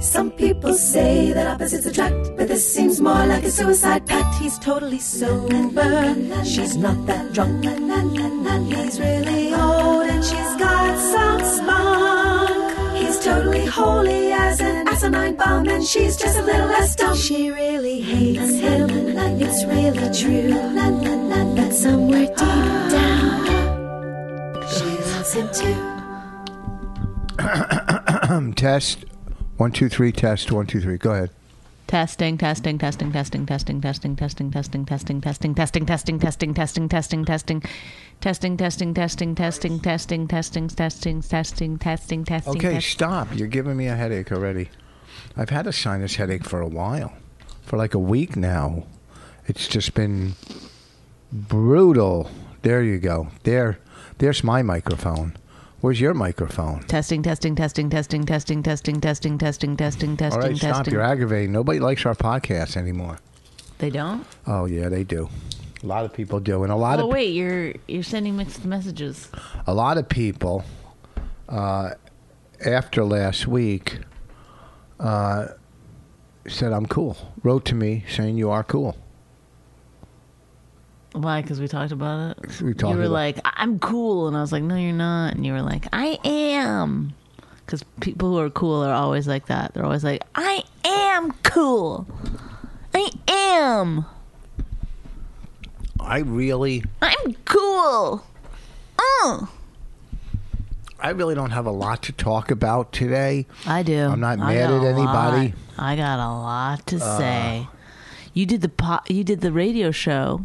Some people say that opposites attract, but this seems more like a suicide pact. He's totally sober, she's not that drunk. He's really old and she's got some spunk. He's totally holy as an asinine bomb, and she's just a little less dumb. She really hates him, it's really true. But somewhere deep down, she loves him too. Test one two three. Test one two three. Go ahead. Testing, testing, testing, testing, testing, testing, testing, testing, testing, testing, testing, testing, testing, testing, testing, testing, testing, testing, testing, testing, testing, testing, testing, testing, testing, testing. Okay, stop. You're giving me a headache already. I've had a sinus headache for a while, for like a week now. It's just been brutal. There you go. There, there's my microphone. Where's your microphone? Testing, testing, testing, testing, testing, testing, testing, testing, testing, All testing, right, stop. You're testing. aggravating. Nobody likes our podcast anymore. They don't. Oh yeah, they do. A lot of people do, and a lot Oh of wait, you're you're sending mixed messages. a lot of people uh, after last week uh, said I'm cool. Wrote to me saying you are cool. Why? Because we talked about it. We talked you were about- like, "I- "I'm cool," and I was like, "No, you're not." And you were like, "I am," because people who are cool are always like that. They're always like, "I am cool. I am. I really, I'm cool." Uh. I really don't have a lot to talk about today. I do. I'm not I mad got at a anybody. Uh. lot- I got a lot to say. You did the po- you did the radio show.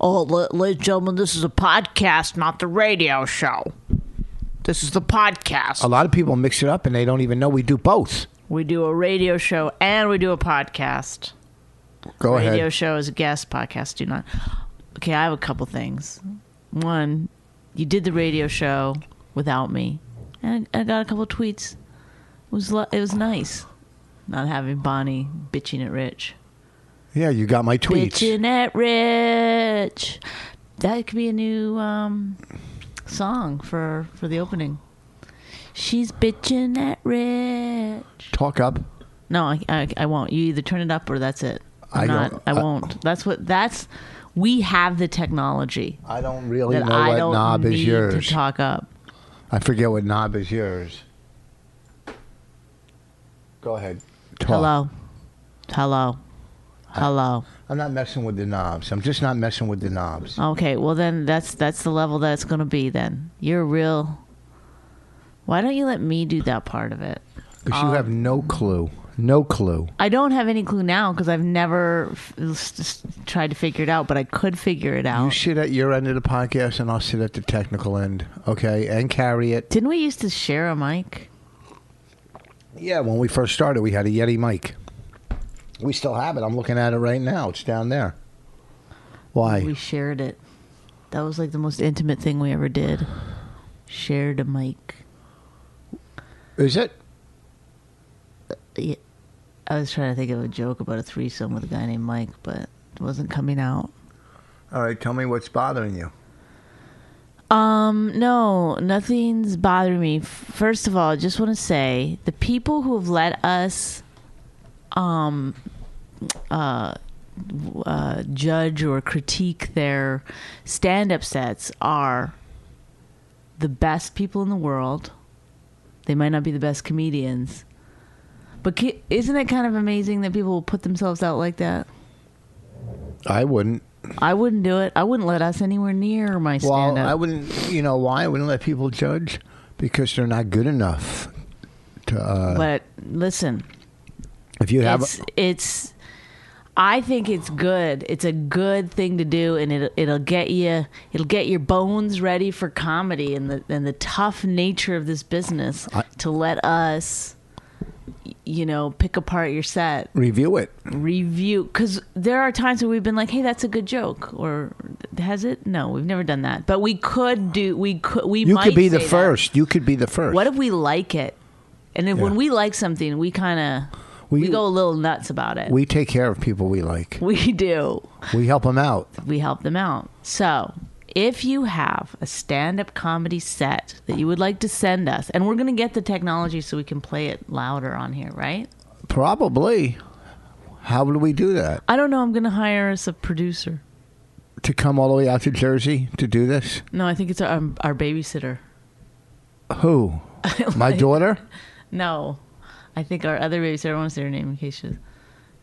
Oh, la- ladies and gentlemen, this is a podcast, not the radio show. This is the podcast. A lot of people mix it up and they don't even know we do both. We do a radio show and we do a podcast. Go radio ahead. show is a guest podcast. Do not. Okay, I have a couple things. One, you did the radio show without me, and I I got a couple tweets. It was lo- it was nice, not having Bonnie bitching at Rich. yeah, you got my tweets. Bitching at Rich. That could be a new um, song for for the opening. She's bitching at Rich. Talk up. No, I, I, I won't. You either turn it up or that's it. I'm I not. don't- I I- won't. That's what. That's we have the technology I don't really that know I what don't knob need is yours. to talk up. I forget what knob is yours. Go ahead. Talk. Hello, hello, hello. I'm not messing with the knobs. I'm just not messing with the knobs. Okay, well then that's that's the level that it's going to be. Then you're a real. Why don't you let me do that part of it? Because you have no Um, clue. No clue. I don't have any clue now because I've never f- s- s- tried to figure it out, but I could figure it You out. sit at your end of the podcast and I'll sit at the technical end, okay? And carry it. Didn't we used to share a mic? Yeah, when we first started, we had a Yeti mic. We still have it. I'm looking at it right now. It's down there. Why? We shared it. That was like the most intimate thing we ever did. Shared a mic. Is it? Yeah. I was trying to think of a joke about a threesome with a guy named Mike, but it wasn't coming out. All right, tell me what's bothering you. Um, no, nothing's bothering me. F- First of all, I just want to say the people who have let us um uh, uh judge or critique their stand-up sets are the best people in the world. They might not be the best comedians. But ki- isn't it kind of amazing that people will put themselves out like that? I wouldn't. I wouldn't do it. I wouldn't let us anywhere near my Well, stand up. I wouldn't. You know why? I wouldn't let people judge because they're not good enough. To uh, but listen, if you have, it's it's I think it's good. It's a good thing to do and it it'll get you it'll get your bones ready for comedy and the and the tough nature of this business I- to let us you know, pick apart your set, Review it. review. Because there are times where we've been like, "Hey, that's a good joke," or has it? No, we've never done that. But we could do. We could. We. You might could be the say that. first. You could be the first. What if we like it? And then when Yeah. we like something, we kind of We- we, go a little nuts about it. we take care of people we like. we do. We help them out. we help them out. So, if you have a stand up comedy set that you would like to send us, and we're going to get the technology so we can play it louder on here, right? Probably. How would we do that? I don't know. I'm going to hire us a producer. To come all the way out to Jersey to do this? No, I think it's our, um, our babysitter. Who? My daughter? No, I think our other babysitter. I want to say her name in case she,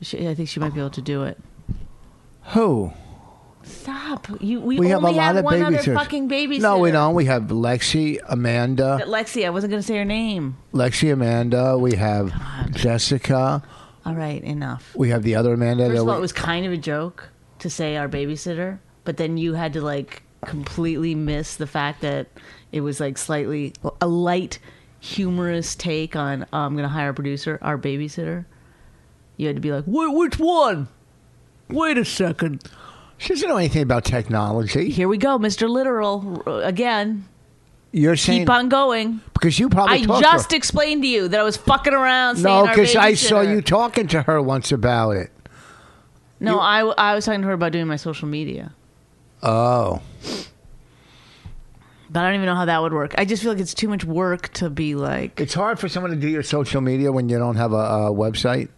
she. I think she might be able to do it. Who? Stop! You, we, We have a only lot of one other babysitters. fucking babysitter. No, we don't. We have Lexi, Amanda, Lexi, I wasn't going to say her name. Lexi, Amanda. We have Jessica. All right, enough. We have the other Amanda. First that of all, we- it was kind of a joke to say our babysitter, but then you had to like completely miss the fact that it was like slightly a light humorous take on "Oh, I'm going to hire a producer, our babysitter. You had to be like, Wait, which one? Wait a second. she doesn't know anything about technology. Here we go, Mr. Literal uh, again. You're saying Keep on going. because you probably I talked to just her. explained to you that I was fucking around. Saying no our because I saw babysitter. you talking to her once about it. No, I, I was talking to her about doing my social media. Oh, But I don't even know how that would work. I just feel like it's too much work to be like. it's hard for someone to do your social media when you don't have a, uh website.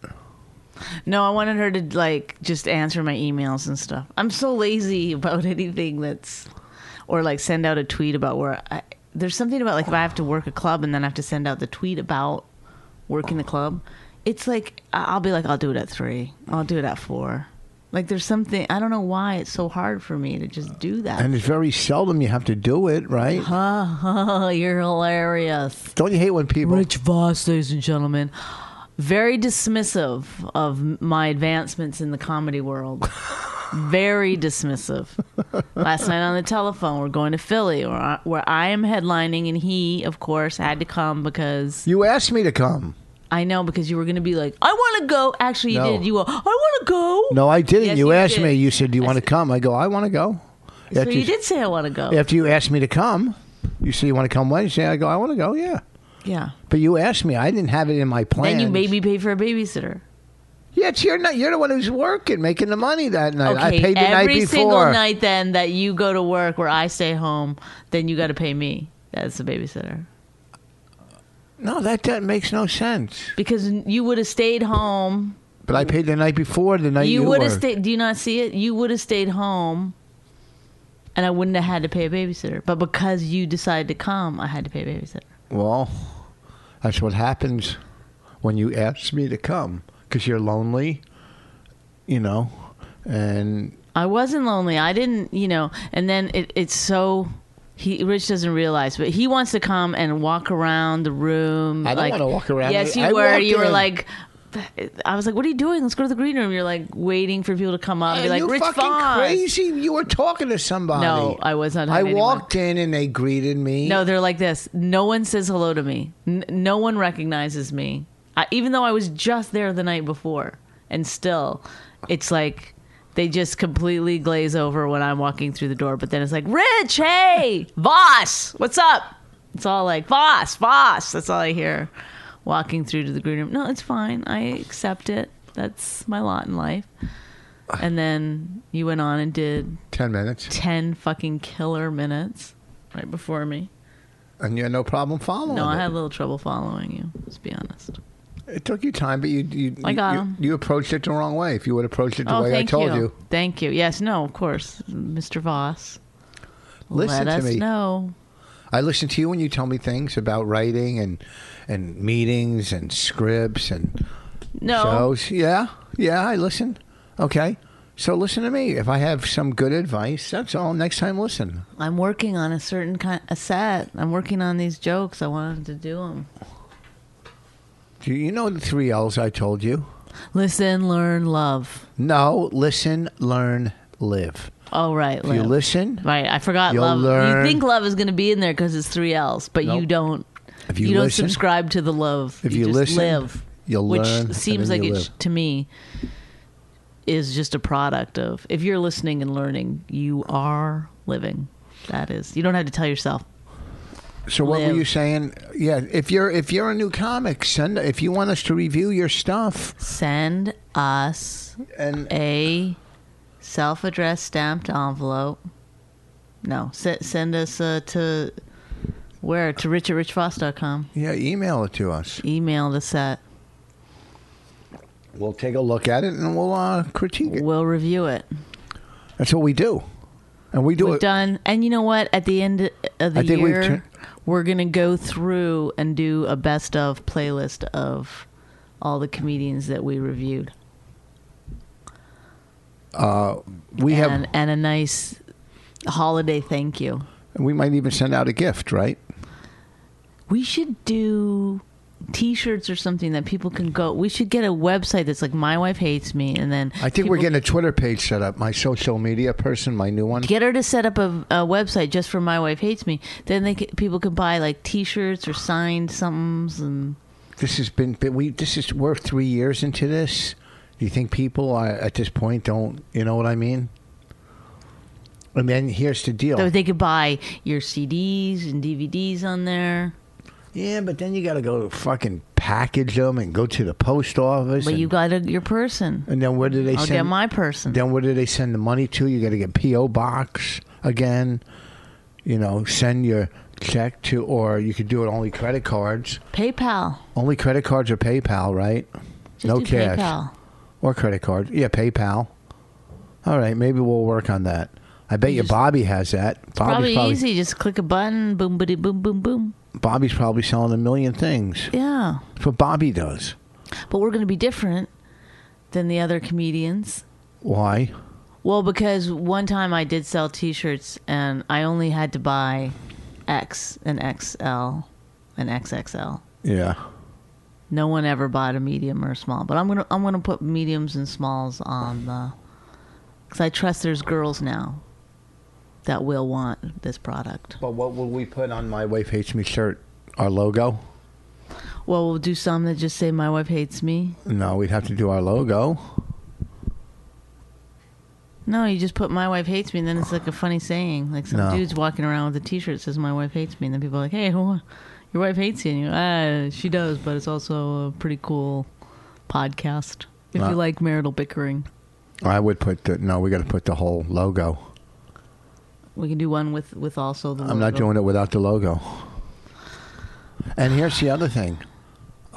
No, I wanted her to like just answer my emails and stuff. I'm so lazy about anything that's, or like send out a tweet about where. I, there's something about like if I have to work a club and then I have to send out the tweet about working the club. It's like I- I'll be like I'll do it at three. I'll do it at four. Like there's something I don't know why it's so hard for me to just do that. And it's very seldom you have to do it, right? Uh-huh. You're hilarious. Don't you hate when people? Rich Voss, ladies and gentlemen. Very dismissive of my advancements in the comedy world. Very dismissive. Last night on the telephone, we're going to Philly, where I, where I am headlining, and he, of course, had to come because You asked me to come. I know because you were going to be like, I want to go. Actually, you No. did. You go, I want to go. No, I didn't. Yes, you, you asked did. me. You said, "Do you I want to said- come?" I go, "I want to go." so After you did say I want to go. After you asked me to come, you said you want to come Wednesday. I go, I want to go. Yeah, yeah. but you asked me. I didn't have it in my plan. Then you made me pay for a babysitter. Yeah, it's you're not. You're the one who's working, making the money that night. Okay, I paid the every night before. single night then that you go to work where I stay home, then you got to pay me as the babysitter No, that that makes no sense. because you would have stayed home. But I paid the night before. The night You you, would have worked. stayed. Do you not see it? You would have stayed home, and I wouldn't have had to pay a babysitter. But because you decided to come, I had to pay a babysitter. Well, that's what happens when you ask me to come because you're lonely. You know, and I wasn't lonely. I didn't, you know. And then it, it's so he Rich doesn't realize, but he wants to come and walk around the room. I don't like- wanna walk around. Yes, you I were. walked You were in. like. I was like, "What are you doing? Let's go to the green room." You're like waiting for people to come up. and be Are like, you "Rich fucking Fox." crazy? You were talking to somebody. No, I was not I hiding anyone. walked in and they greeted me. No, they're like this. No one says hello to me. N- no one recognizes me, I, even though I was just there the night before. And still, it's like they just completely glaze over when I'm walking through the door. But then it's like, Rich, hey, Voss, what's up? It's all like Voss, Voss. That's all I hear walking through to the green room. No, it's fine. I accept it. That's my lot in life. And then you went on and did ten minutes, 10 fucking killer minutes right before me. and you had no problem following. No, I it. had a little trouble following you. Let's be honest. It took you time, but you you, I you, got you- 'em. you approached it the wrong way. If you would approach it the oh, way I thank told you, Thank you. Yes, no, of course, Mr. Voss. listen let to us me. know. I listen to you when you tell me things about writing and and meetings and scripts and No, shows. Yeah, yeah, I listen. Okay, so listen to me. If I have some good advice, that's all. Next time, listen. I'm working on a certain kind a set. I'm working on these jokes. I wanted to do them. Do you know the three L's I told you? Listen, learn, love. No, listen, learn, live. Oh, right. If you live. listen, Right, I forgot You'll love. learn. You think love is going to be in there because it's three L's, but you Nope. don't. If you don't listen- subscribe to the love. if you, you just listen, live. You'll which learn. and seems then like you it live. sh- to me is just a product of if you're listening and learning, you are living. That is, you don't have to tell yourself. So what were live. you saying? Yeah, if you're if you're a new comic, send if you want us to review your stuff Send us and Eh. a self-addressed stamped envelope. No, se- send us uh, to where to rich at richfoss.com. yeah, email it to us. Email us at. We'll take a look at it and we'll uh, critique it. We'll review it. That's what we do, and we do we've it. done and you know what at the end of the I think we've year tur- we're gonna go through and do a best of playlist of all the comedians that we reviewed we and have. and a nice holiday thank you We might even send out a gift, right? we should do t-shirts or something that people can go we should get a website that's like my wife hates me and then I think we're people- getting a Twitter page set up. My social media person, my new one. get her to set up a, a website just for my wife hates me then they c people can buy like t-shirts or signed somethings and This has been but we. This is we're three years into this. Do you think people are, at this point don't? You know what I mean? And then here's the deal. So they could buy your CDs and DVDs on there. Yeah, but then you got to go fucking package them and go to the post office. But and, you got a, your person. and then where do they I'll send get my person. Then where do they send the money to? You got to get PO box again. You know, send your check to, or you could do it only credit cards. PayPal. Only credit cards or PayPal, right? Just no do cash PayPal. or credit card. Yeah, PayPal. All right, maybe we'll work on that. I bet you, just- Bobby has that. Bobby's Probably, easy. Just click a button. Boom, bitty, boom, boom, boom. Bobby's probably selling a million things. Yeah. That's what Bobby does. But we're going to be different than the other comedians. Why? Well, because one time I did sell T-shirts, and I only had to buy X and XL and XXL. Yeah. No one ever bought a medium or a small, but I'm gonna I'm gonna put mediums and smalls on the because I trust there's girls now that will want this product. But what will we put on my wife hates me shirt? Our logo? Well, we'll do some that just say my wife hates me. No, we'd have to do our logo. No, you just put my wife hates me, and then it's like a funny saying. Like some No. dude's walking around with a T-shirt that says my wife hates me, and then people are like, hey, who, your wife hates you, and you, ah, she does, but it's also a pretty cool podcast if Uh, you like marital bickering. I would put the no. We got to put the whole logo. We can do one with with also the. I'm not logo. doing it without the logo. And here's the other thing: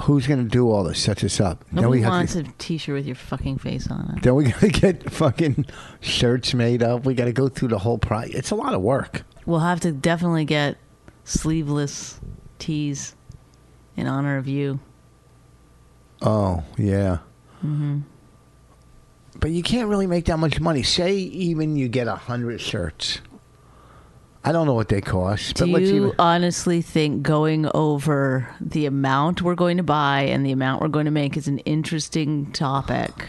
who's going to do all this? Set this up. then Nobody we have wants to. a T-shirt with your fucking face on it. Then we got to get fucking shirts made up. We got to go through the whole pro. It's a lot of work. We'll have to definitely get sleeveless tees in honor of you. Oh yeah. mm-hmm. But you can't really make that much money. Say even you get a hundred shirts. I don't know what they cost, but Do let's you even, honestly think going over the amount we're going to buy and the amount we're going to make is an interesting topic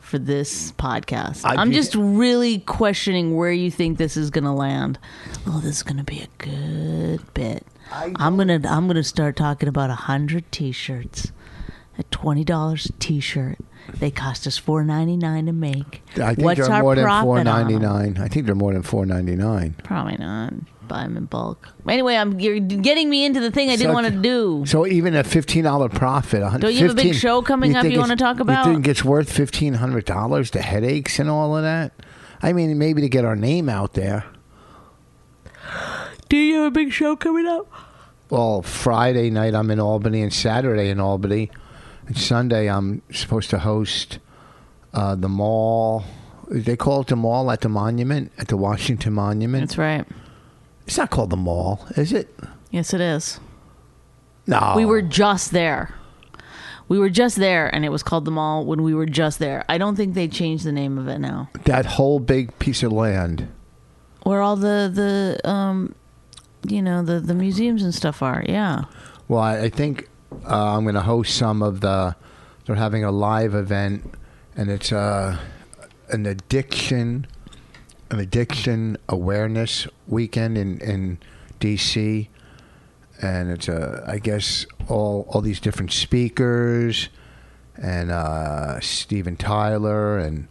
for this podcast? I I am do- just really questioning where you think this is going to land. Oh, this is going to be a good bit. I I'm gonna I'm gonna start talking about a hundred T-shirts. At twenty dollars a T-shirt, they cost us four ninety nine to make. I think What's they're our more than profit four on 'em? ninety nine. I think they're more than four ninety nine. Probably not. Buy them in bulk. Anyway, I'm you're getting me into the thing I didn't want to do. So even a fifteen dollar profit. a hun- Don't you have a big 15 show coming up think you it's- wanna talk about? You think it's worth fifteen hundred dollars? The headaches and all of that. I mean, maybe to get our name out there. Do you have a big show coming up? Well, Friday night I'm in Albany, and Saturday in Albany, and Sunday I'm supposed to host uh, the mall. They call it the mall at the monument, at the Washington Monument. That's right. It's not called the mall, is it? Yes, it is. No. We were just there. We were just there, and it was called the mall when we were just there. I don't think they changed the name of it now. that whole big piece of land. Where all the the um, you know the the museums and stuff are. Yeah. Well, I, I think uh, I'm going to host some of the. They're having a live event, and it's uh, an addiction, an addiction awareness weekend in in D.C. and it's a I guess all all these different speakers and uh, Steven Tyler and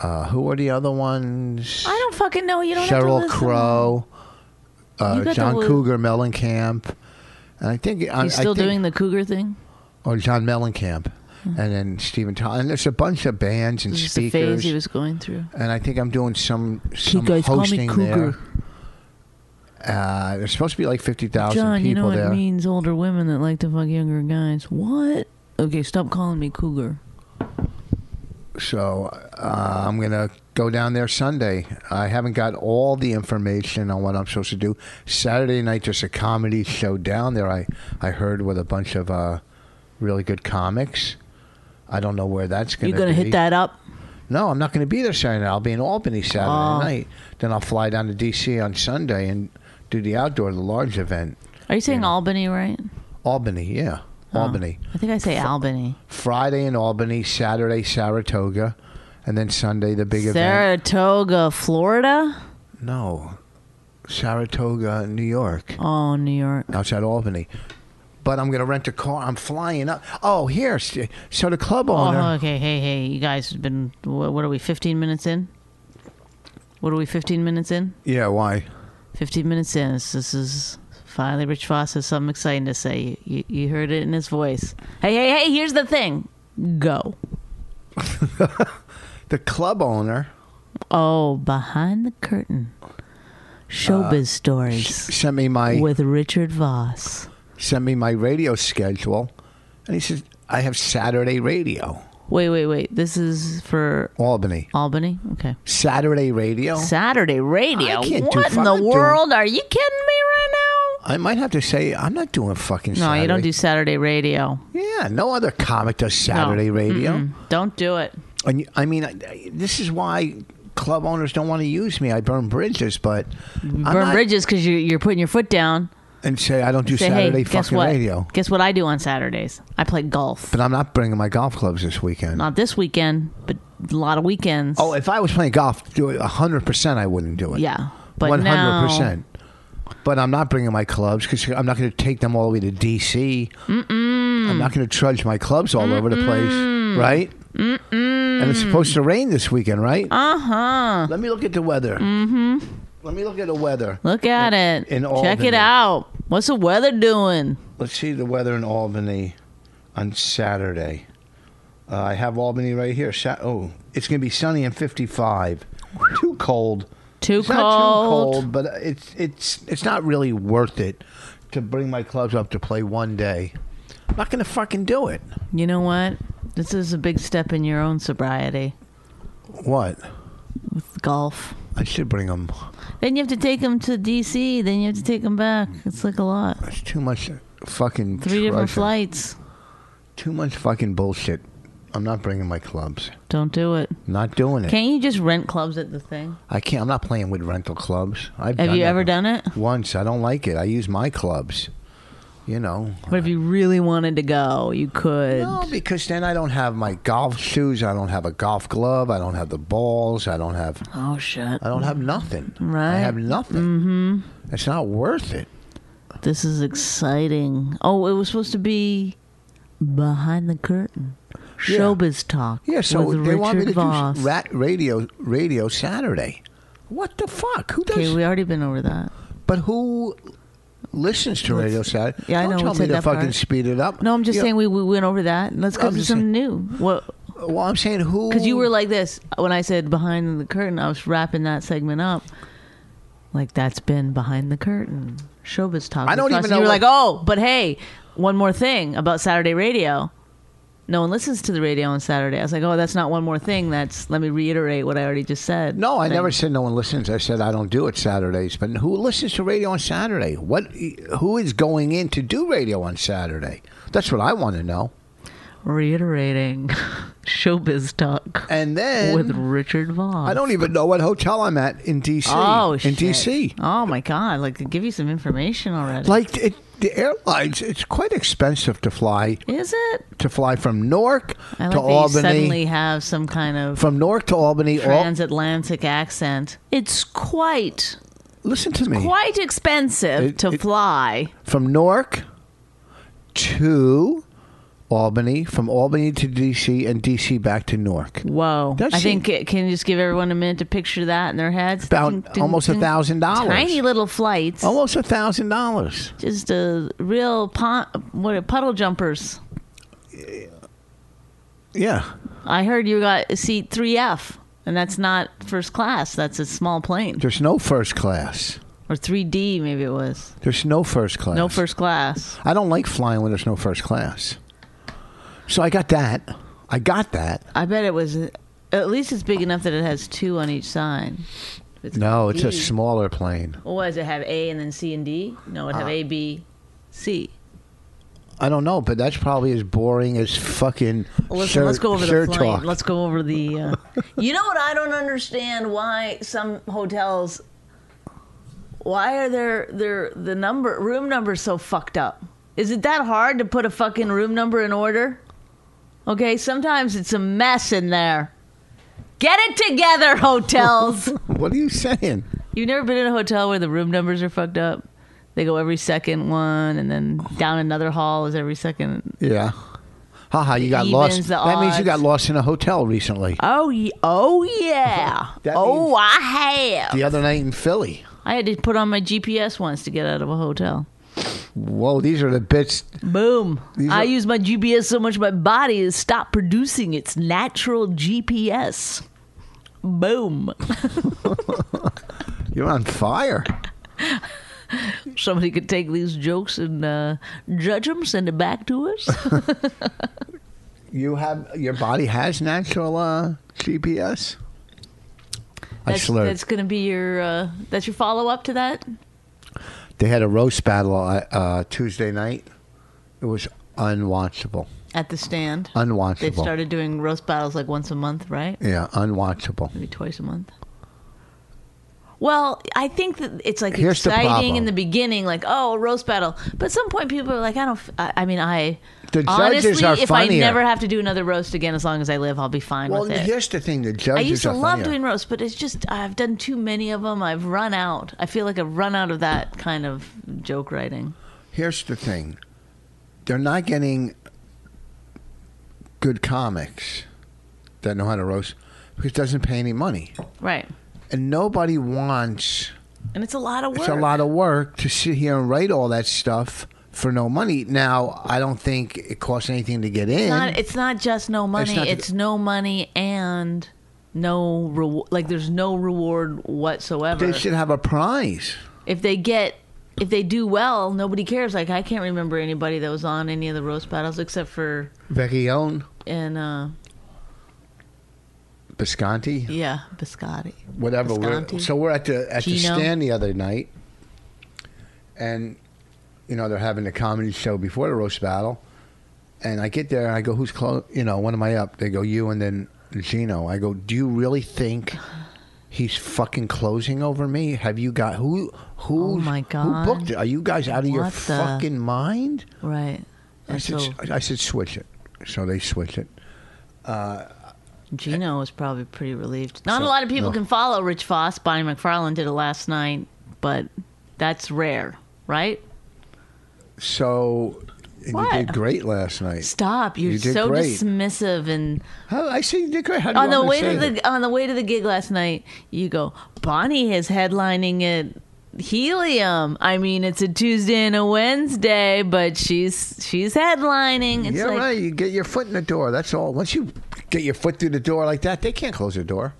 uh, who are the other ones? I don't fucking know. You don't Cheryl have to listen. Crow, You uh, got John the li- Cougar Mellencamp, and I think I, He's still I think, doing the cougar thing. or John Mellencamp, and then Steven Tyler. And there's a bunch of bands and It's just a speakers. phase he was going through. and I think I'm doing some some guys, call me hosting Cougar. there. Uh, there's supposed to be like fifty John, thousand you know people what there. it means? Older women that like to fuck younger guys. What? Okay, stop calling me cougar. So uh, I'm gonna go down there Sunday. I haven't got all the information on what I'm supposed to do. Saturday night, there's a comedy show down there. I I heard with a bunch of uh, really good comics. I don't know where that's gonna. you gonna be. hit that up? No, I'm not going to be there Saturday night. I'll be in Albany Saturday Oh. night. Then I'll fly down to DC on Sunday and do the outdoor, the large event. Are you saying Albany, right? Albany, yeah, Albany. I think I say Albany. Friday in Albany, Saturday Saratoga, and then Sunday the big event. Saratoga, Florida? No, Saratoga, New York, Oh, New York. outside Albany. But I'm going to rent a car. I'm flying up. Oh, here. So the club owner. Oh, okay. Hey, hey, you guys have been. What, what are we? Fifteen minutes in. What are we? Fifteen minutes in. Yeah, why? Fifteen minutes in. This, this is finally Rich Foss has something exciting to say. You, you, you heard it in his voice. Hey, hey, hey! Here's the thing. Go. The club owner Oh, behind the curtain. Uh, Showbiz stories sent me my with Richard Voss. sent me my radio schedule, and he says I have Saturday radio, Wait, wait, wait. This is for Albany. Albany. Okay. Saturday radio. Saturday radio. I can't do What in the fucking- world? Are you kidding me right now? I might have to say I'm not doing fucking. No, you don't do Saturday radio. Yeah, no other comic does Saturday radio. Mm-mm. Don't do it. And you, I mean, I, I- this is why club owners don't want to use me. I burn bridges, but burn Burn bridges because you, you're putting your foot down. and say I don't do Say, Saturday hey, guess fucking what? radio. Guess what I do on Saturdays? I play golf. But I'm not bringing my golf clubs this weekend. Not this weekend, but a lot of weekends. oh, if I was playing golf, do it hundred percent. I wouldn't do it. yeah. But One hundred now, percent. But I'm not bringing my clubs because I'm not going to take them all the way to DC. Mm-mm. I'm not going to trudge my clubs all over the place, right? Mm-mm. And it's supposed to rain this weekend, right? Uh Uh-huh. huh. Let me look at the weather. Mm-hmm. Let me look at the weather. look at it. in Check Albany. it out. What's the weather doing? Let's see the weather in Albany on Saturday. Uh, I have Albany right here. Sa- oh, it's going to be sunny and 55. Too cold. Too It's cold. not too cold, but it's it's it's not really worth it to bring my clubs up to play one day. I'm not going to fucking do it. You know what? This is a big step in your own sobriety. What? Golf. I should bring them. Then you have to take them to DC. Then you have to take them back. It's like a lot. It's too much fucking Three different trudging. flights. Too much fucking bullshit. I'm not bringing my clubs. Don't do it. Not doing it. Can't you just rent clubs at the thing? I can't. I'm not playing with rental clubs. I've Have done you that ever done it? Once. I don't like it. I use my clubs. You know. But if you really wanted to go, you could. No, because then I don't have my golf shoes. I don't have a golf glove. I don't have the balls. I don't have. Oh shit! I don't have nothing. I Right. have nothing. Mm-hmm. It's not worth it. This is exciting. Oh, it was supposed to be behind the curtain, Yeah. showbiz talk. Yeah, so with they Richard want me to Voss. do rat radio radio Saturday. What the fuck? Who does? Okay, we already been over that. but who listens to radio Saturday? yeah, I don't know, Tell we me said to that fucking part. speed it up. No, I'm just You know, saying we, we went over that. Let's go I'm to just something new. What? Well, I'm saying who? Because you were like this uh, when I said behind the curtain. I was wrapping that segment up. Like that's been behind the curtain, showbiz talk. I with don't Fox. even And You know were what- like, oh, but hey, one more thing about Saturday radio. No one listens to the radio on Saturday. I was like, oh, that's not one more thing. That's let me reiterate what I already just said. No, I Thing. never said no one listens. I said I don't do it Saturdays. But who listens to radio on Saturday? What? Who is going in to do radio on Saturday? That's what I want to know. reiterating showbiz talk And then with Richard Vaughn. I don't even know what hotel I'm at in DC. Oh, in shit. DC, Oh my god! Like, give you some information already. like it, the airlines, it's quite expensive to fly is it? to fly from Newark I like to that you suddenly Albany. have some kind of From Newark to Albany, all, transatlantic accent. It's quite listen to me. Quite expensive It- to it- fly. From Newark to Albany, from Albany to DC, and DC back to Newark. Whoa. Does I she- think it can you just give everyone a minute to picture that in their heads. About Ding, ding, almost a ding. thousand dollars. Oh. Tiny little flights. Almost a thousand dollars. Just a real pon- what are- puddle jumpers. Yeah. I heard you got a seat 3F, and that's not first class. That's a small plane. There's no first class. Or 3D, maybe it was. There's no first class. No first class. I don't like flying when there's no first class. So I got that. I got that. I bet it was. At least it's big enough that it has two on each side. No, it's a D. smaller plane. What does it have? A and then C and D? No, it Uh-huh. have A, B, C. I don't know, but that's probably as boring as fucking. Well, Listen, sir, let's go over sir the plane. talk. Let's go over the. Uh, you know what? I don't understand why some hotels. Why are their their the number room numbers so fucked up? Is it that hard to put a fucking room number in order? Okay, sometimes it's a mess in there. Get it together, hotels. What are you saying? You've never been in a hotel where the room numbers are fucked up. They go every second one, and then down another hall is every second Yeah. Haha, you got lost. evens, the That means you got odds. lost in a hotel recently. Oh, ye- oh yeah. That oh, means- I have. The other night in Philly. I had to put on my GPS once to get out of a hotel. Whoa, these are the bits. Boom. These I are- use my GPS so much my body has stopped producing its natural GPS. Boom. You're on fire. Somebody could take these jokes and uh, judge them, send it back to us. You have your body has natural uh, GPS. I that's slurred. that's going to be your uh, that's your follow up to that. They had a roast battle uh, uh, Tuesday night. It was unwatchable. At the stand. Unwatchable. They've started doing roast battles like once a month, right? Yeah, unwatchable. maybe twice a month. Well, I think that it's like Here's the exciting problem. in the beginning, like oh, a roast battle. But at some point, people are like, I don't. f- I, I mean, I The judges honestly, are if I funnier. never have to do another roast again, as long as I live, I'll be fine Well, with it. here's the thing: the I judges used to are love funnier. doing roasts, but it's just I've done too many of them. I've run out. I feel like I've run out of that kind of joke writing. Here's the thing: they're not getting good comics that know how to roast because it doesn't pay any money, Right, and nobody wants. and it's a lot of work. It's a lot of work to sit here and write all that stuff for no money. Now, I don't think it costs anything to get in. It's not, it's not just no money. It's, not- no money and no reward. Like there's no reward whatsoever. they should have a prize. if they get, if they do well, nobody cares. Like I can't remember anybody that was on any of the roast battles except for Vecchione, in uh Bisconti, yeah Biscotti. whatever. We're- Visconti. so we're at the at the Gino. stand the other night, and you know they're having a comedy show before the roast battle, and I get there and I go, "Who's close?" You know, when am I up? They go, "You," and then Gino. I go, "Do you really think?" He's fucking closing over me. Have you got who? Who? Oh my Who booked God. it? Are you guys out of your What the- fucking mind? Right. I And said, so I said, switch it. So they switch it. Gino was probably pretty relieved. Not So- a lot of people no. can follow Rich Foss. Bonnie McFarlane did it last night, but that's rare, right? So and What? you did great last night. Stop! You're You did so great. dismissive and How, I said you did great. How do you on the want me way say to that? the on the way to the gig last night, you go, Bonnie is headlining it helium. I mean, it's a Tuesday and a Wednesday, but she's she's headlining. It's yeah, like right. You get your foot in the door. That's all. Once you get your foot through the door like that, they can't close the door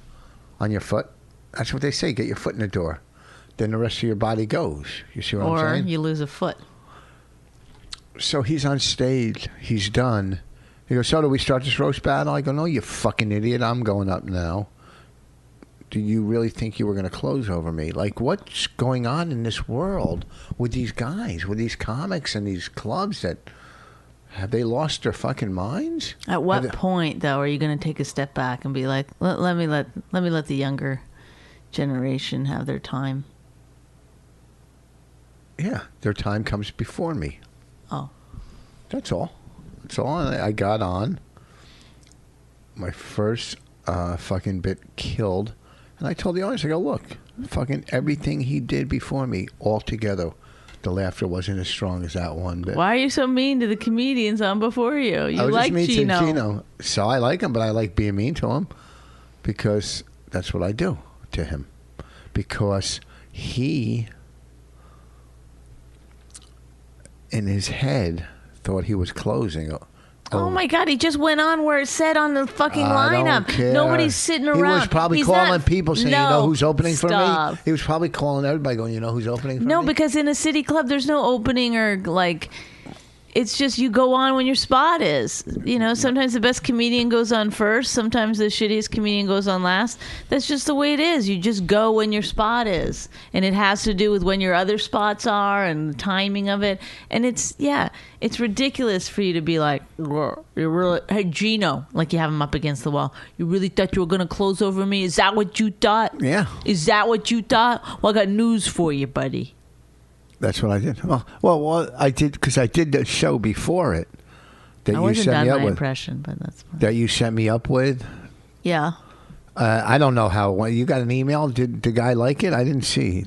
on your foot. That's what they say. Get your foot in the door. Then the rest of your body goes. You see what I'm or saying? you lose a foot. so he's on stage. He's done. He goes, So do we start this roast battle? I go, No, you fucking idiot. I'm going up now. Do you really think you were going to close over me? Like, what's going on in this world with these guys, with these comics and these clubs that have they lost their fucking minds? At Have what they- point though are you going to take a step back and be like, let, let me let let me let the younger generation have their time? yeah, their time comes before me. Oh. That's all. That's all. And I I got on. My first uh, fucking bit killed. And I told the audience, I go, look, fucking everything he did before me altogether, the laughter wasn't as strong as that one bit. Why are you so mean to the comedians on before you? You I was like just mean Chino. to Gino. So I like him, but I like being mean to him because that's what I do to him. Because he, in his head, thought he was closing. a- Oh my God! He just went on where it said on the fucking I don't lineup. care. Nobody's sitting around. He was probably He's calling not- people saying, no, "You know who's opening stop. for me." He was probably calling everybody, going, "You know who's opening for No, me?" because in a city club, there's no opening or like. It's just you go on when your spot is. You know, sometimes the best comedian goes on first. Sometimes the shittiest comedian goes on last. That's just the way it is. You just go when your spot is, and it has to do with when your other spots are and the timing of it. And it's yeah, it's ridiculous for you to be like, "Grr, you're really hey Gino, like you have him up against the wall. You really thought you were gonna close over me? Is that what you thought? Yeah. Is that what you thought? Well, I got news for you, buddy. That's what I did. Well, well, well I did because I did the show before it that I you wasn't set done me up my with. impression, but that's fine. That you set me up with. Yeah. Uh, I don't know how it went. You got an email? Did the guy like it? I didn't see.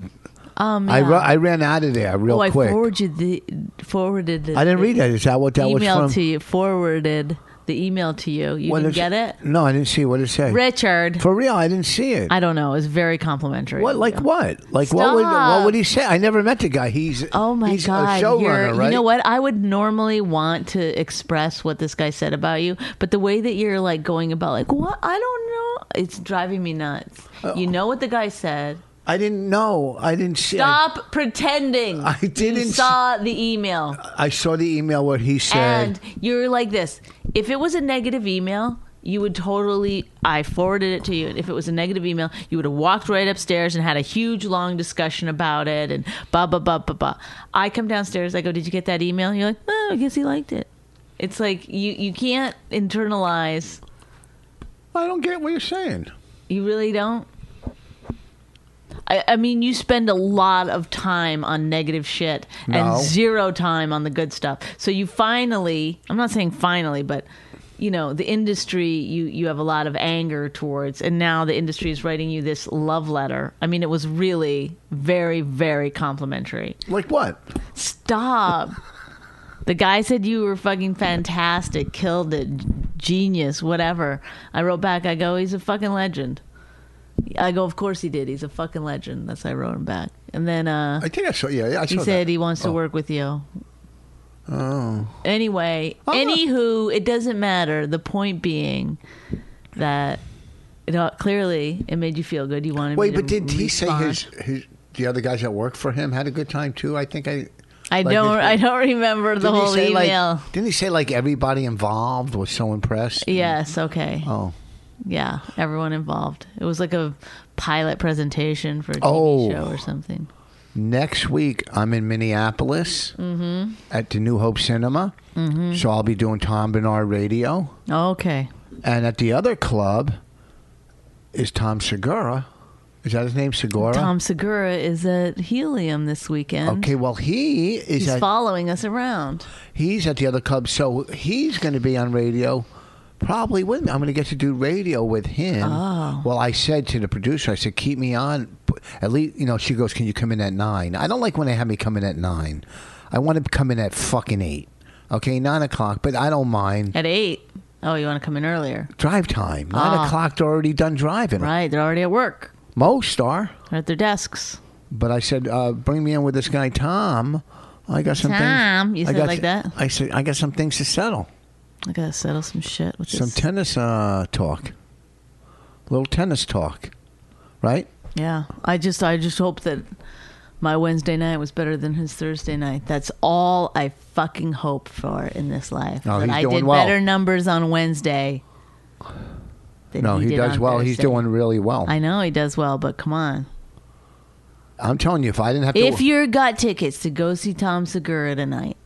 Um. I, yeah. ru- I ran out of there real oh, I quick. forwarded the forwarded. The, I didn't read that. Is that what that was email from? to you. Forwarded the email to you. You What didn't is- get it, No, I didn't see what it said. Richard. For real, I didn't see it. I don't know. It was very complimentary. What of like you. what like what would what Stop. would he say? I never met the guy. He's Oh my he's god! a showrunner, you're- right? You know what? I would normally want to express what this guy said about you, but the way that you're like going about like what I don't know, it's driving me nuts. You know what the guy said. I didn't know. I didn't see. I, Stop pretending. I didn't You s- saw the email. I saw the email where he said, And you're like this. If it was a negative email, you would totally. I forwarded it to you. And if it was a negative email, you would have walked right upstairs and had a huge long discussion about it and blah, blah, blah, blah, blah. I come downstairs. I go, Did you get that email? And you're like, Oh, I guess he liked it. It's like you, you can't internalize. "I don't get what you're saying." You really don't. I, I mean, you spend a lot of time on negative shit No. and zero time on the good stuff. So you finally, I'm not saying finally, but you know, the industry you you have a lot of anger towards and now the industry is writing you this love letter. I mean, it was really very very complimentary. Like what? Stop. the guy said you were fucking fantastic, killed it, genius, whatever. I wrote back, I go, he's a fucking legend. I go, of course he did. He's a fucking legend. That's why I wrote him back. And then uh, I think I saw. Yeah, I saw he said that. he wants to Oh. work with you. Oh, Anyway, Oh, no. anywho, it doesn't matter. The point being that it all, clearly it made you feel good. You wanted wait, me but to did he say respond. his his the other guys that work for him had a good time too? I think I. I like don't. his- I don't remember the Didn't he whole say, like- email. didn't he say like everybody involved was so impressed? yes. Okay. Oh. Yeah, everyone involved. It was like a pilot presentation for a TV Oh. show or something. Next week, I'm in Minneapolis Mm-hmm. at the New Hope Cinema. So I'll be doing Tom Bernard Radio. Okay. And at the other club is Tom Segura. Is that his name, Segura? Tom Segura is at Helium this weekend. Okay, well, he is He's at, following us around. he's at the other club. So he's going to be on radio probably with me. I'm going to get to do radio with him. Oh. Well, I said to the producer, I said, keep me on. At least, you know, she goes, can you come in at nine? I don't like when they have me come in at nine. I want to come in at fucking eight. Okay, nine o'clock, but I don't mind. At 8. Oh, you want to come in earlier? Drive time. Nine Ah. o'clock, they're already done driving. Right. They're already at work. Most are. They're at their desks. But I said, uh, bring me in with this guy Tom. I got some Tom, things. you I said got like s- that? I said I got some things to settle. I got to settle some shit with Some this. tennis uh, talk, little tennis talk, right? yeah. I just I just hope that my Wednesday night was better than his Thursday night. That's all I fucking hope for in this life. No, that he's I doing did well. better numbers on Wednesday. than No, he, did does on well. He's Thursday. doing really well. I know he does well, but come on. I'm telling you, if I didn't have to, If you got tickets to go see Tom Segura tonight,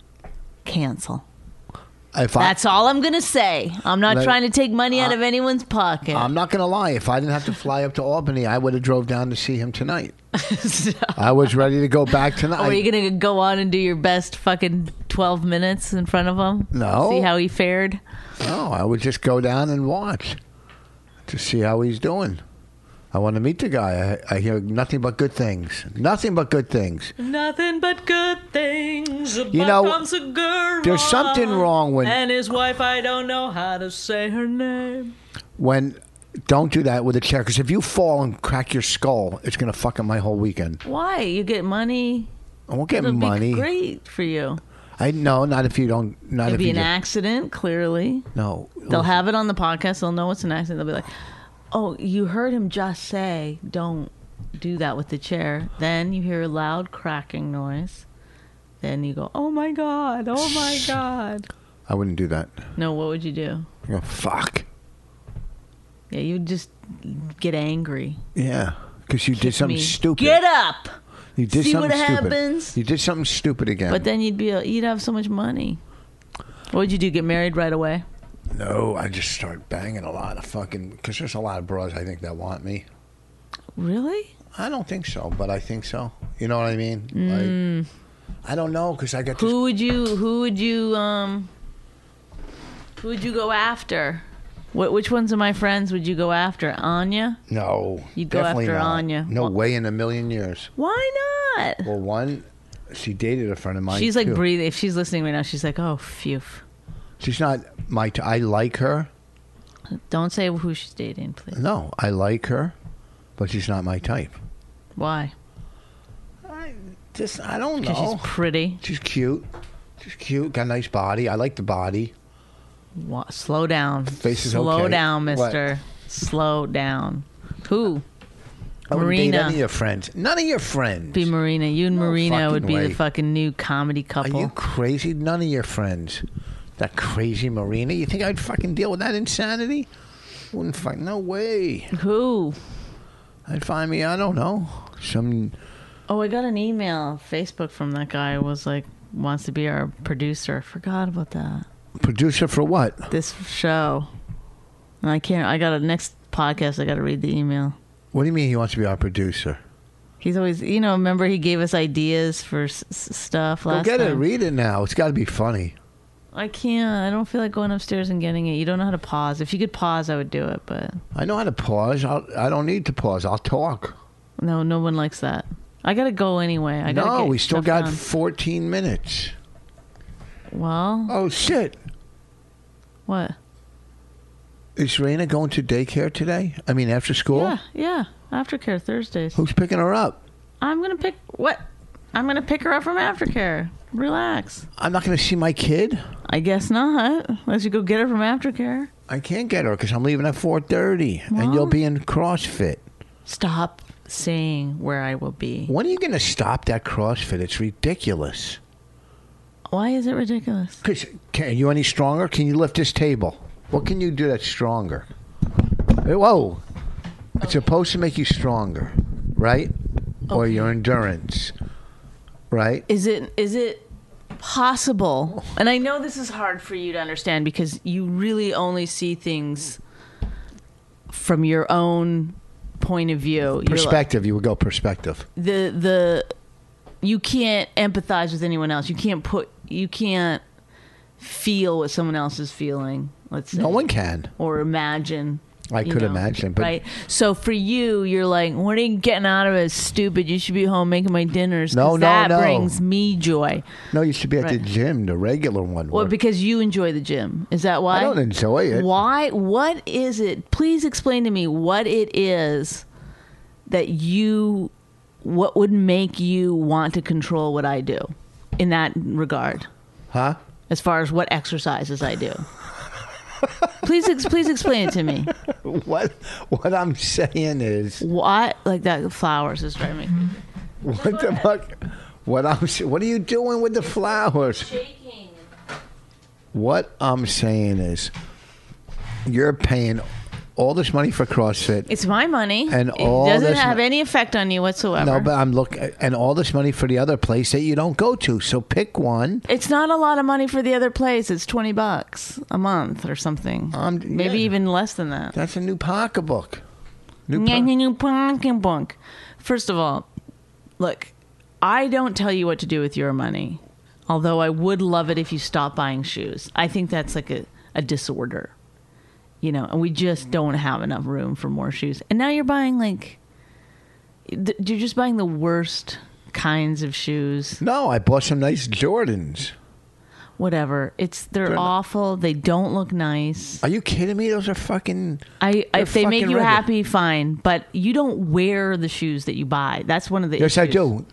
cancel. if That's all I'm going to say. I'm not Let- trying to take money out of anyone's pocket. I, I'm not gonna lie. If I didn't have to fly up to Albany, I would have drove down to see him tonight. I was ready to go back tonight. Or are you going to go on and do your best fucking 12 minutes in front of him? No. See how he fared? No, I would just go down and watch to see how he's doing. I want to meet the guy. I, I hear nothing but good things. Nothing but good things. Nothing but good things about You know, Tom Segura there's something wrong when- and his wife. I don't know how to say her name. When don't do that with a chair because if you fall and crack your skull, it's gonna fuck up my whole weekend. Why you get money? I won't get It'll money. be great for you. I no, not if you don't. Not It'd if be you an do- accident, clearly. No, They'll have it on the podcast. They'll know it's an accident. They'll be like, "Oh, you heard him just say, don't do that with the chair." Then you hear a loud cracking noise. Then you go, "Oh my god! Oh my god!" I wouldn't do that. No, what would you do? You know, fuck. Yeah, you'd just get angry. Yeah, because you did Kick something me. stupid. Get up! You did See something what stupid. happens? You did something stupid again. But then you'd be you'd have so much money. What would you do? Get married right away? no, I just start banging a lot of fucking. Because there's a lot of bras I think that want me. Really? I don't think so, but I think so. You know what I mean? Like, I don't know because I got this. Mm. Who would you? Who would you? Um. Who would you go after? Wh- which ones of my friends would you go after? Anya? No, You'd go definitely after not. Anya. No Well- way in a million years. Why not? Well, one, she dated a friend of mine. she's like too. breathing. If she's listening right now, she's like, "Oh, phew." She's not my. T- I like her. Don't say who she's dating, please. No, I like her, but she's not my type. Why? I just I don't Because know. she's pretty. She's cute. She's cute. Got a nice body. I like the body. Wha- Slow down. Face is Slow okay. down, What? Mister. Slow down. Who? I wouldn't date Marina. any of your friends. None of your friends. Be Marina. You and No Marina would fucking be way. the fucking new comedy Are couple. you crazy? None of your friends. That crazy Marina. You think I'd fucking deal with that insanity? Wouldn't fuck. No way. Who? I'd find me. I don't know. Some. Oh, I got an email, Facebook from that guy who was like wants to be our producer. I forgot about that. Producer for what? This show. And I can't I got a next podcast I gotta read the email. What do you mean he wants to be our producer? He's always you know, remember he gave us ideas for s- s- stuff Go last get it. time. Read it now. It's got to be funny. I can't. I don't feel like going upstairs and getting it. You don't know how to pause. If you could pause, I would do it, but I know how to pause. I'll, I don't need to pause. I'll talk. no, no one likes that. I gotta go anyway. I gotta no, get we still stuff got done. 14 minutes. Well, Oh, shit. what? Is Raina going to daycare today? I mean, after school? Yeah, Ah, yeah. Aftercare Thursdays. Who's picking her up? I'm gonna pick what? I'm gonna pick her up from aftercare. Relax. I'm not going to see my kid. I guess not. Unless you go get her from aftercare. I can't get her because I'm leaving at 4:30, and you'll Well- be in CrossFit. Stop saying where I will be. When are you going to stop that CrossFit? It's ridiculous. Why is it ridiculous? 'Cause- can, are you any stronger? Can you lift this table? What can you do that's stronger? Hey, Whoa! It's supposed to make you stronger, right? Or your endurance, right? Is it is it possible? And I know this is hard for you to understand because you really only see things from your own point of view. You're like- Perspective. You would go perspective. the the you can't empathize with anyone else. You can't put you can't feel what someone else is feeling. Let's say No one can. or imagine. I you could imagine, but- right. So for you, you're like, what are you getting out of it? Stupid. You should be home making my dinners. No, 'cause no, that no. brings me joy. No, you should be at the Right. gym, the regular one. Well, Or- because you enjoy the gym. Is that why? I don't enjoy it. Why? What is it? Please explain to me what it is that you, what would make you want to control what I do in that regard, Huh? as far as what exercises I do. please, ex- please explain it to me. What what I'm saying is Why? Like that flowers is driving me. what the fuck what I'm s- what are you doing with the flowers? Shaking. What I'm saying is you're paying all this money for CrossFit. It's my money, And it all doesn't this- have any effect on you whatsoever. No, but I'm look and all this money for the other place that you don't go to. So pick one. It's not a lot of money for the other place. It's twenty bucks a month or something. Um, Maybe yeah. even less than that. That's a new pocketbook. New Yeah, po- yeah, yeah, bonk and bonk. First of all, look, I don't tell you what to do with your money. Although I would love it if you stop buying shoes. I think that's like a, a disorder. you know, and we just don't have enough room for more shoes. And now you're buying like, th- you're just buying the worst kinds of shoes. No, I bought some nice Jordans. Whatever. It's they're, They're not- awful. They don't look nice. Are you kidding me? Those are fucking. I They're if they make fucking you rubber. happy, fine. But you don't wear the shoes that you buy. That's one of the Yes, I issues. do.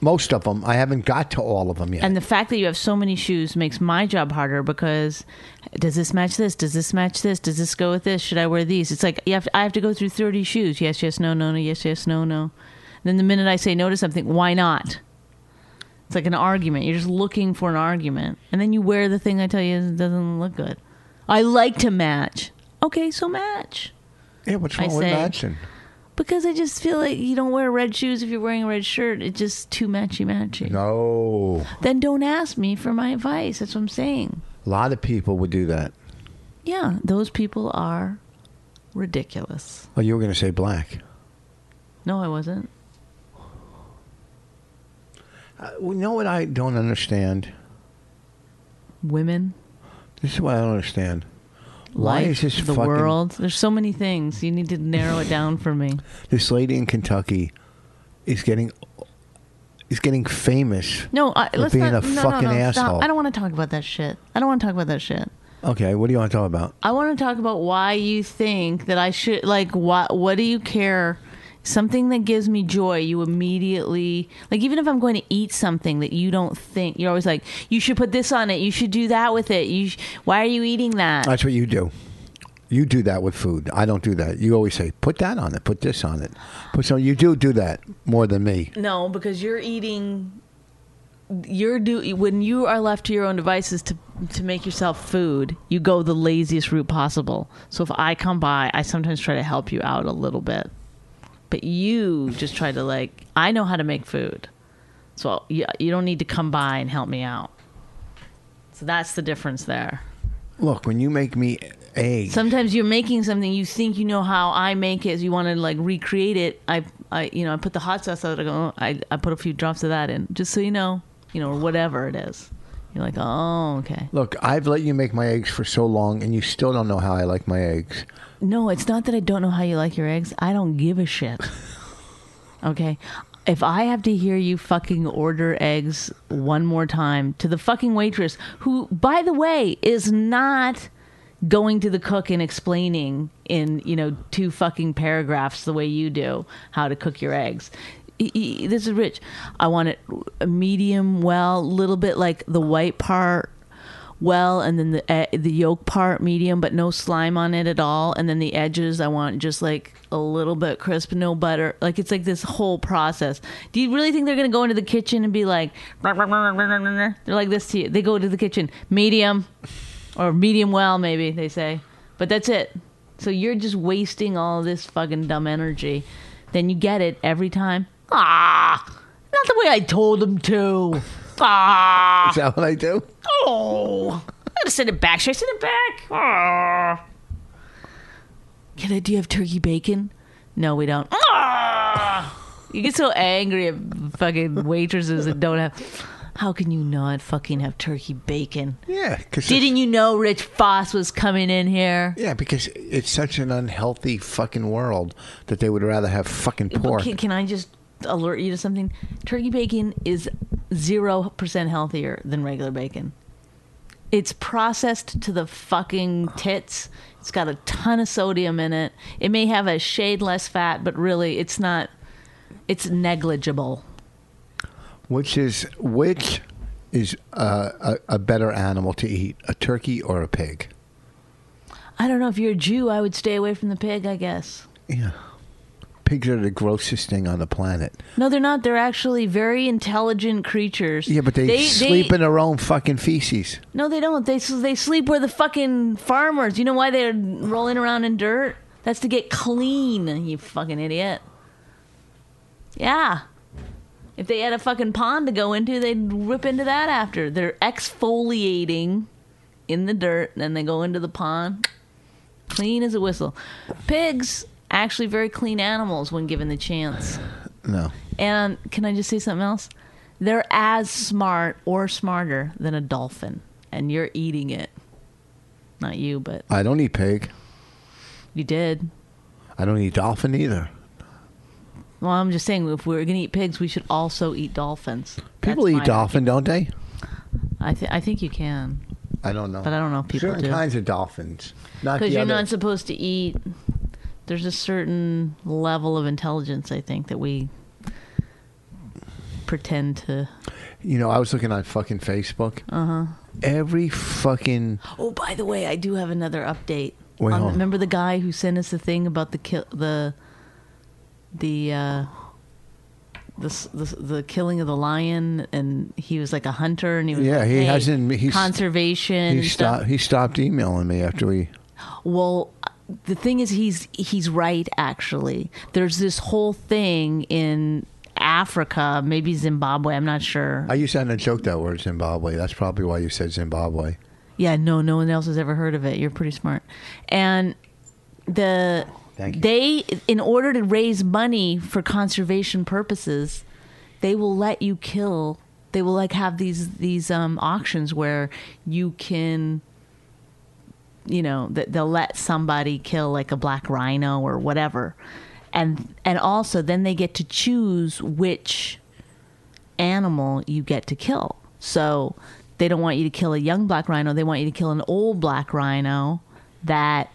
Most of them. I haven't got to all of them yet. And the fact that you have so many shoes makes my job harder because does this match this? Does this match this? Does this go with this? Should I wear these? It's like you have to, I have to go through thirty shoes. Yes, yes, no, no, no. Yes, yes, no, no. And then the minute I say no to something, why not? It's like an argument. You're just looking for an argument, and then you wear the thing I tell you is- doesn't look good. I like to match. Okay, so match. yeah, what's I wrong with say- matching? Because I just feel like you don't wear red shoes if you're wearing a red shirt. It's just too matchy matchy. No. Then don't ask me for my advice. That's what I'm saying. A lot of people would do that. Yeah, those people are ridiculous. Oh, you were going to say black. No, I wasn't. Uh, you know what I don't understand? Women, This is what I don't understand. Why life, is this the fucking- world. There's so many things. You need to narrow it down for me. This lady in Kentucky is getting is getting famous. No, I, For let's being not. a no, no, fucking no, asshole. Stop. I don't want to talk about that shit. I don't want to talk about that shit. Okay, what do you want to talk about? I want to talk about why you think that I should like what what do you care something that gives me joy you immediately like even if I'm going to eat something that you don't think you're always like you should put this on it you should do that with it you sh- why are you eating that That's what you do. You do that with food. I don't do that. You always say, "Put that on it. Put this on it." Put some. You do do that more than me. No, because you're eating. You're do when you are left to your own devices to to make yourself food, you go the laziest route possible. So if I come by, I sometimes try to help you out a little bit, but you just try to like I know how to make food, so you, you don't need to come by and help me out. So that's the difference there. Look, when you make me eggs, Sometimes you're making something you think you know how I make it. You want to like recreate it. I, I, you know, I put the hot sauce out. I go, oh, I, I put a few drops of that in, just so you know, you know, or whatever it is. You're like, oh, okay. look, I've let you make my eggs for so long, and you still don't know how I like my eggs. No, it's not that I don't know how you like your eggs. I don't give a shit. Okay. If I have to hear you fucking order eggs one more time to the fucking waitress, who, by the way, is not going to the cook and explaining in, you know, two fucking paragraphs the way you do how to cook your eggs. E- e- This is rich. I want it medium well, little bit like the white part well and then the e- the yolk part medium but no slime on it at all and then the edges i want just like a little bit crisp no butter like it's like this whole process do you really think they're going to go into the kitchen and be like "Rah, rah, rah, rah, rah, rah, rah"? they're like this to you they go to the kitchen medium or medium well maybe they say but that's it so you're just wasting all this fucking dumb energy then you get it every time ah not the way i told them to ah Is that what I do? Oh, I gotta send it back. Should I send it back? Oh. Can I? Do you have turkey bacon? No, we don't. Ah! You get so angry at fucking waitresses that don't have. How can you not fucking have turkey bacon? Yeah, because Didn't you know Rich Foss was coming in here? Yeah, because it's such an unhealthy fucking world that they would rather have fucking pork. Can, can I just alert you to something? Turkey bacon is 0% healthier than regular bacon. It's processed to the fucking tits. It's got a ton of sodium in it. It may have a shade less fat, but really it's not, it's negligible. Which is which is uh, a, a better animal to eat, a turkey or a pig? I don't know if you're a Jew, I would stay away from the pig, I guess. Yeah, pigs are the grossest thing on the planet. No, they're not. They're actually very intelligent creatures. Yeah, but they, sleep they- in their own fucking feces. No, they don't. They they sleep where the fucking farmers. You know why they're rolling around in dirt? That's to get clean. You fucking idiot. Yeah. If they had a fucking pond to go into, they'd rip into that after. They're exfoliating in the dirt, then they go into the pond. Clean as a whistle. Pigs actually very clean animals when given the chance. No, And can I just say something else? They're as smart or smarter than a dolphin, and you're eating it. Not you, but I don't eat pig. You did. I don't eat dolphin either. Well, I'm just saying, if we're gonna eat pigs, we should also eat dolphins. People That's eat my- dolphin, don't they? I think I think you can. I don't know. But I don't know if people Certain do. kinds of dolphins. Not Because the you're other. not supposed to eat. There's a certain level of intelligence, I think, that we pretend to. you know, I was looking on fucking Facebook. Uh Uh-huh. huh. Every fucking Oh, by the way, I do have another update. Wait, on, hold on. remember the guy who sent us the thing about the kill the the uh, the, s- the s- the killing of the lion, and he was like a hunter, and he was Yeah, like, he "Hey, hasn't- he's- conservation. he and stuff." stopped. He stopped emailing me after we. Well, the thing is, he's he's right. Actually, there's this whole thing in Africa, maybe Zimbabwe. I'm not sure. I used to have a joke that word Zimbabwe. That's probably why you said Zimbabwe. yeah, no, no one else has ever heard of it. You're pretty smart, and the Thank you. they in order to raise money for conservation purposes, they will let you kill. They will like have these these um, auctions where you can you know that they'll let somebody kill like a black rhino or whatever and and also then they get to choose which animal you get to kill so they don't want you to kill a young black rhino they want you to kill an old black rhino that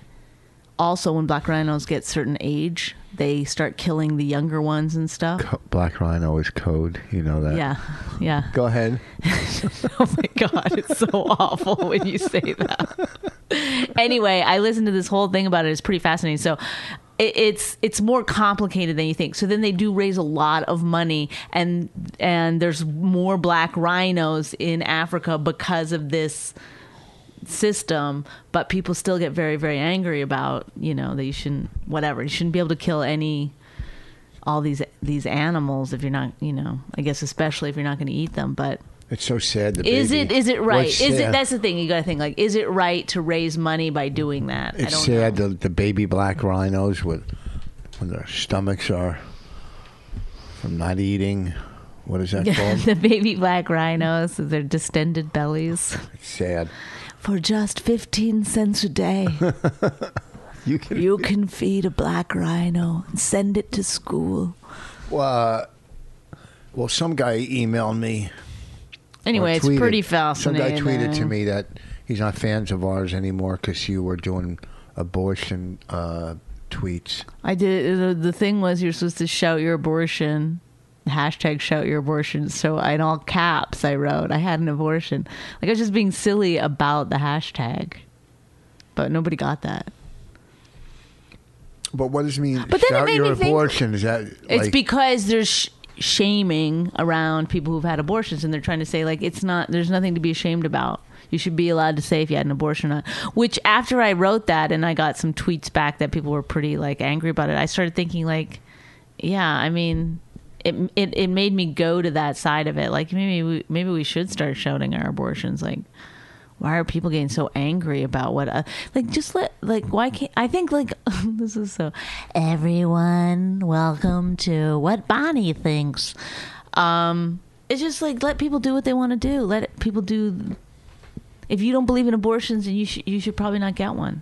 also when black rhinos get certain age they start killing the younger ones and stuff Co- Black rhino is code. You know that. yeah yeah Go ahead. oh my god it's so awful when you say that anyway i listened to this whole thing about it it's pretty fascinating so it, it's it's more complicated than you think so then they do raise a lot of money and and there's more black rhinos in africa because of this system but people still get very very angry about you know that you shouldn't whatever you shouldn't be able to kill any all these these animals if you're not you know i guess especially if you're not going to eat them but It's so sad. The is baby- it is it right? What's is it sad- that's the thing you got to think like is it right to raise money by doing that? It's know. sad the, the baby black rhinos with when their stomachs are from not eating. What is that called? the baby black rhinos, with their distended bellies, It's sad. for just fifteen cents a day, You can. you can feed a black rhino and send it to school. Uh, well, some guy emailed me. or Anyway, it's tweeted- pretty fascinating. Some eh? guy tweeted to me that he's not fans of ours anymore because you were doing abortion uh, tweets. I did. The, the thing was, you're supposed to shout your abortion. Hashtag shout your abortion. So in all caps, I wrote, I had an abortion. Like I was just being silly about the hashtag, but nobody got that. But what does it mean? But then it shout made your me think- abortion? Is that It's like, because there's sh- shaming around people who've had abortions, and they're trying to say like it's not. There's nothing to be ashamed about. You should be allowed to say if you had an abortion or not. Which after I wrote that, and I got some tweets back that people were pretty like angry about it. I started thinking like, yeah, I mean. It, it, it made me go to that side of it. Like maybe we, maybe we should start shouting our abortions. Like why are people getting so angry about what uh, like just let like why can't i think like this is so everyone welcome to what bonnie thinks um it's just like let people do what they want to do let it- people do if you don't believe in abortions then you should you should probably not get one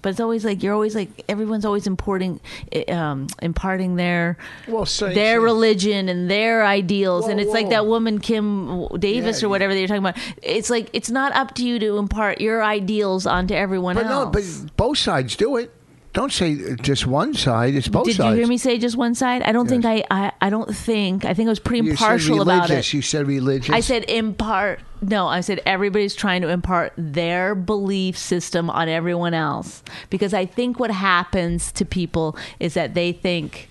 but it's always like you're always like everyone's always importing i- um imparting their Well, so- their so- religion and their ideals and Whoa, it's like whoa. that woman kim davis Yeah, or whatever they're talking about it's like it's not up to you to impart your ideals onto everyone But else no, but both sides do it. Don't say just one side. It's both did sides. you hear me say just one side i don't think Yes. I, I i don't think i think i was pretty You impartial said about religious. it You said religious. i said impart no i said everybody's trying to impart their belief system on everyone else because i think what happens to people is that they think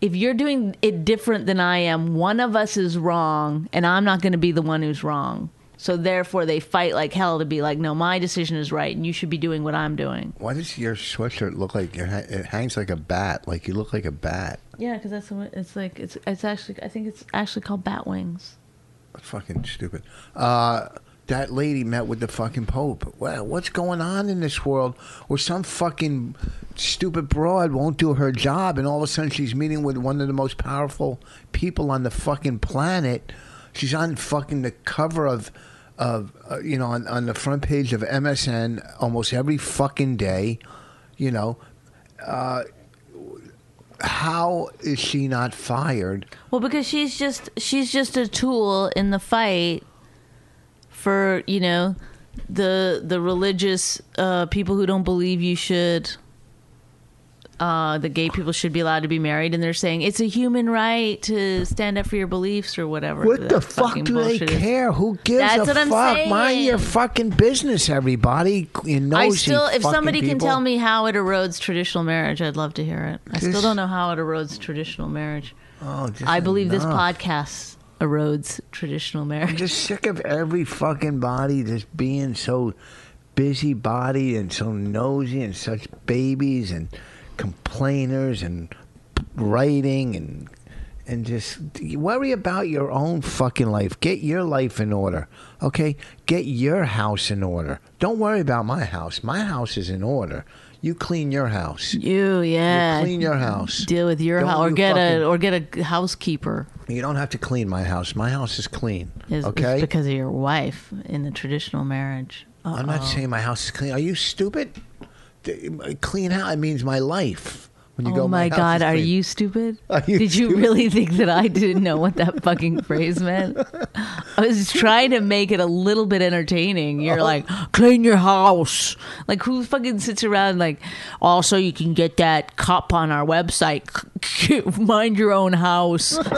if you're doing it different than I am, one of us is wrong, and I'm not going to be the one who's wrong. So therefore, they fight like hell to be like, no, my decision is right, and you should be doing what I'm doing. Why does your sweatshirt look like it ha- it hangs like a bat? Like you look like a bat. Yeah, because that's what it's like. It's it's actually I think it's actually called bat wings. Fucking stupid. Uh, that lady met with the fucking Pope. Wow, what's going on in this world where some fucking stupid broad won't do her job and all of a sudden she's meeting with one of the most powerful people on the fucking planet? She's on fucking the cover of of uh, you know on, on the front page of MSN almost every fucking day. You know, uh, how is she not fired? Well, because she's just she's just a tool in the fight for you know the the religious uh, people who don't believe you should. Uh, the gay people should be allowed to be married, and they're saying it's a human right to stand up for your beliefs or whatever. What the that fuck fucking do they bullshit is. care? Who gives That's a what I'm fuck? Mind saying. your fucking business, everybody. You know, I she still, if fucking somebody can people- tell me how it erodes traditional marriage, I'd love to hear it. I still This- don't know how it erodes traditional marriage. Oh, just I believe this enough. podcast erodes traditional I'm marriage. just sick of every fucking body just being so busybody and so nosy and such babies and complainers and p- writing and and just worry about your own fucking life. Get your life in order, okay? Get your house in order. Don't worry about my house. My house is in order. You clean your house. You, yeah. You clean your house. Deal with your Don't house, or you get fucking- a or get a housekeeper. You don't have to clean my house. My house is clean. Is, okay. is because of your wife in the traditional marriage. Uh, I'm not saying my house is clean. Are you stupid? D- Clean house means my life. When you oh go, my house is God, are clean." you stupid? Are you Did you stupid? really think that I didn't know what that fucking phrase meant? I was trying to make it a little bit entertaining. You're like, clean your house. Like, who fucking sits around like, also, you can get that cup on our website. Mind your own house.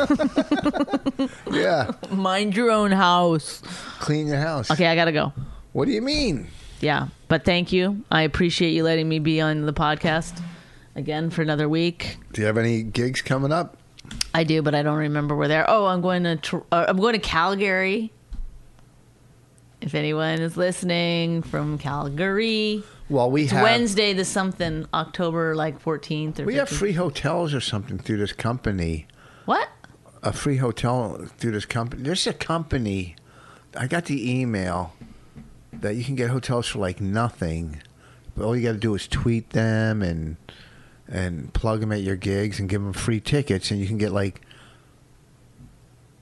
Yeah, Mind your own house. clean your house. Okay, I gotta go. What do you mean? Yeah, but thank you. I appreciate you letting me be on the podcast again for another week. Do you have any gigs coming up? I do, but I don't remember where they're. Oh, I'm going to Tor- uh, I'm going to Calgary. If anyone is listening from Calgary, Well, we it's have Wednesday the something October like 14th or we have 15th. free hotels or something through this company. what? A free hotel through this company. There's a company. I got the email that you can get hotels for like nothing. But all you got to do is tweet them and and plug them at your gigs and give them free tickets, and you can get like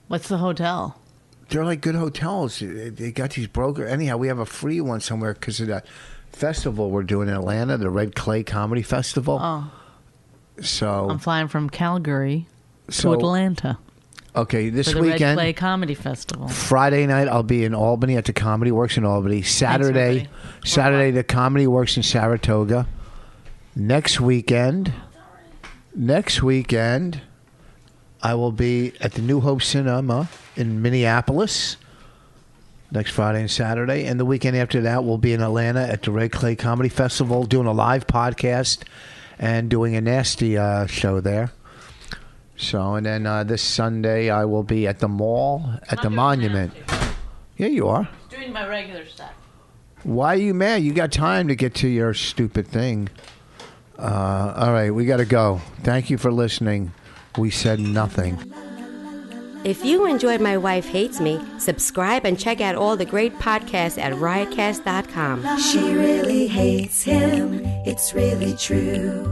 What's the hotel? they're like good hotels. They they got these broker. Anyhow, we have a free one somewhere because of that festival we're doing in Atlanta, the Red Clay Comedy Festival. Oh, so, I'm flying from Calgary Oh. so- to Atlanta okay, for this the Red weekend, Clay Comedy Festival. Friday night, I'll be in Albany at the Comedy Works in Albany. Saturday, everybody. Saturday, the Comedy Works in Saratoga. Next weekend, next weekend, I will be at the New Hope Cinema in Minneapolis. Next Friday and Saturday, and the weekend after that, we'll be in Atlanta at the Red Clay Comedy Festival, doing a live podcast and doing a nasty uh, show there. So, and then uh, this Sunday, I will be at the mall at the monument. Yeah, you are. Doing my regular stuff. Why are you mad? You got time to get to your stupid thing. Uh, all right, we got to go. Thank you for listening. We said nothing. If you enjoyed My Wife Hates Me, subscribe and check out all the great podcasts at riotcast.com. She really hates him, it's really true.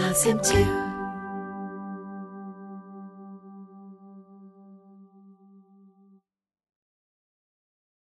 loves him too.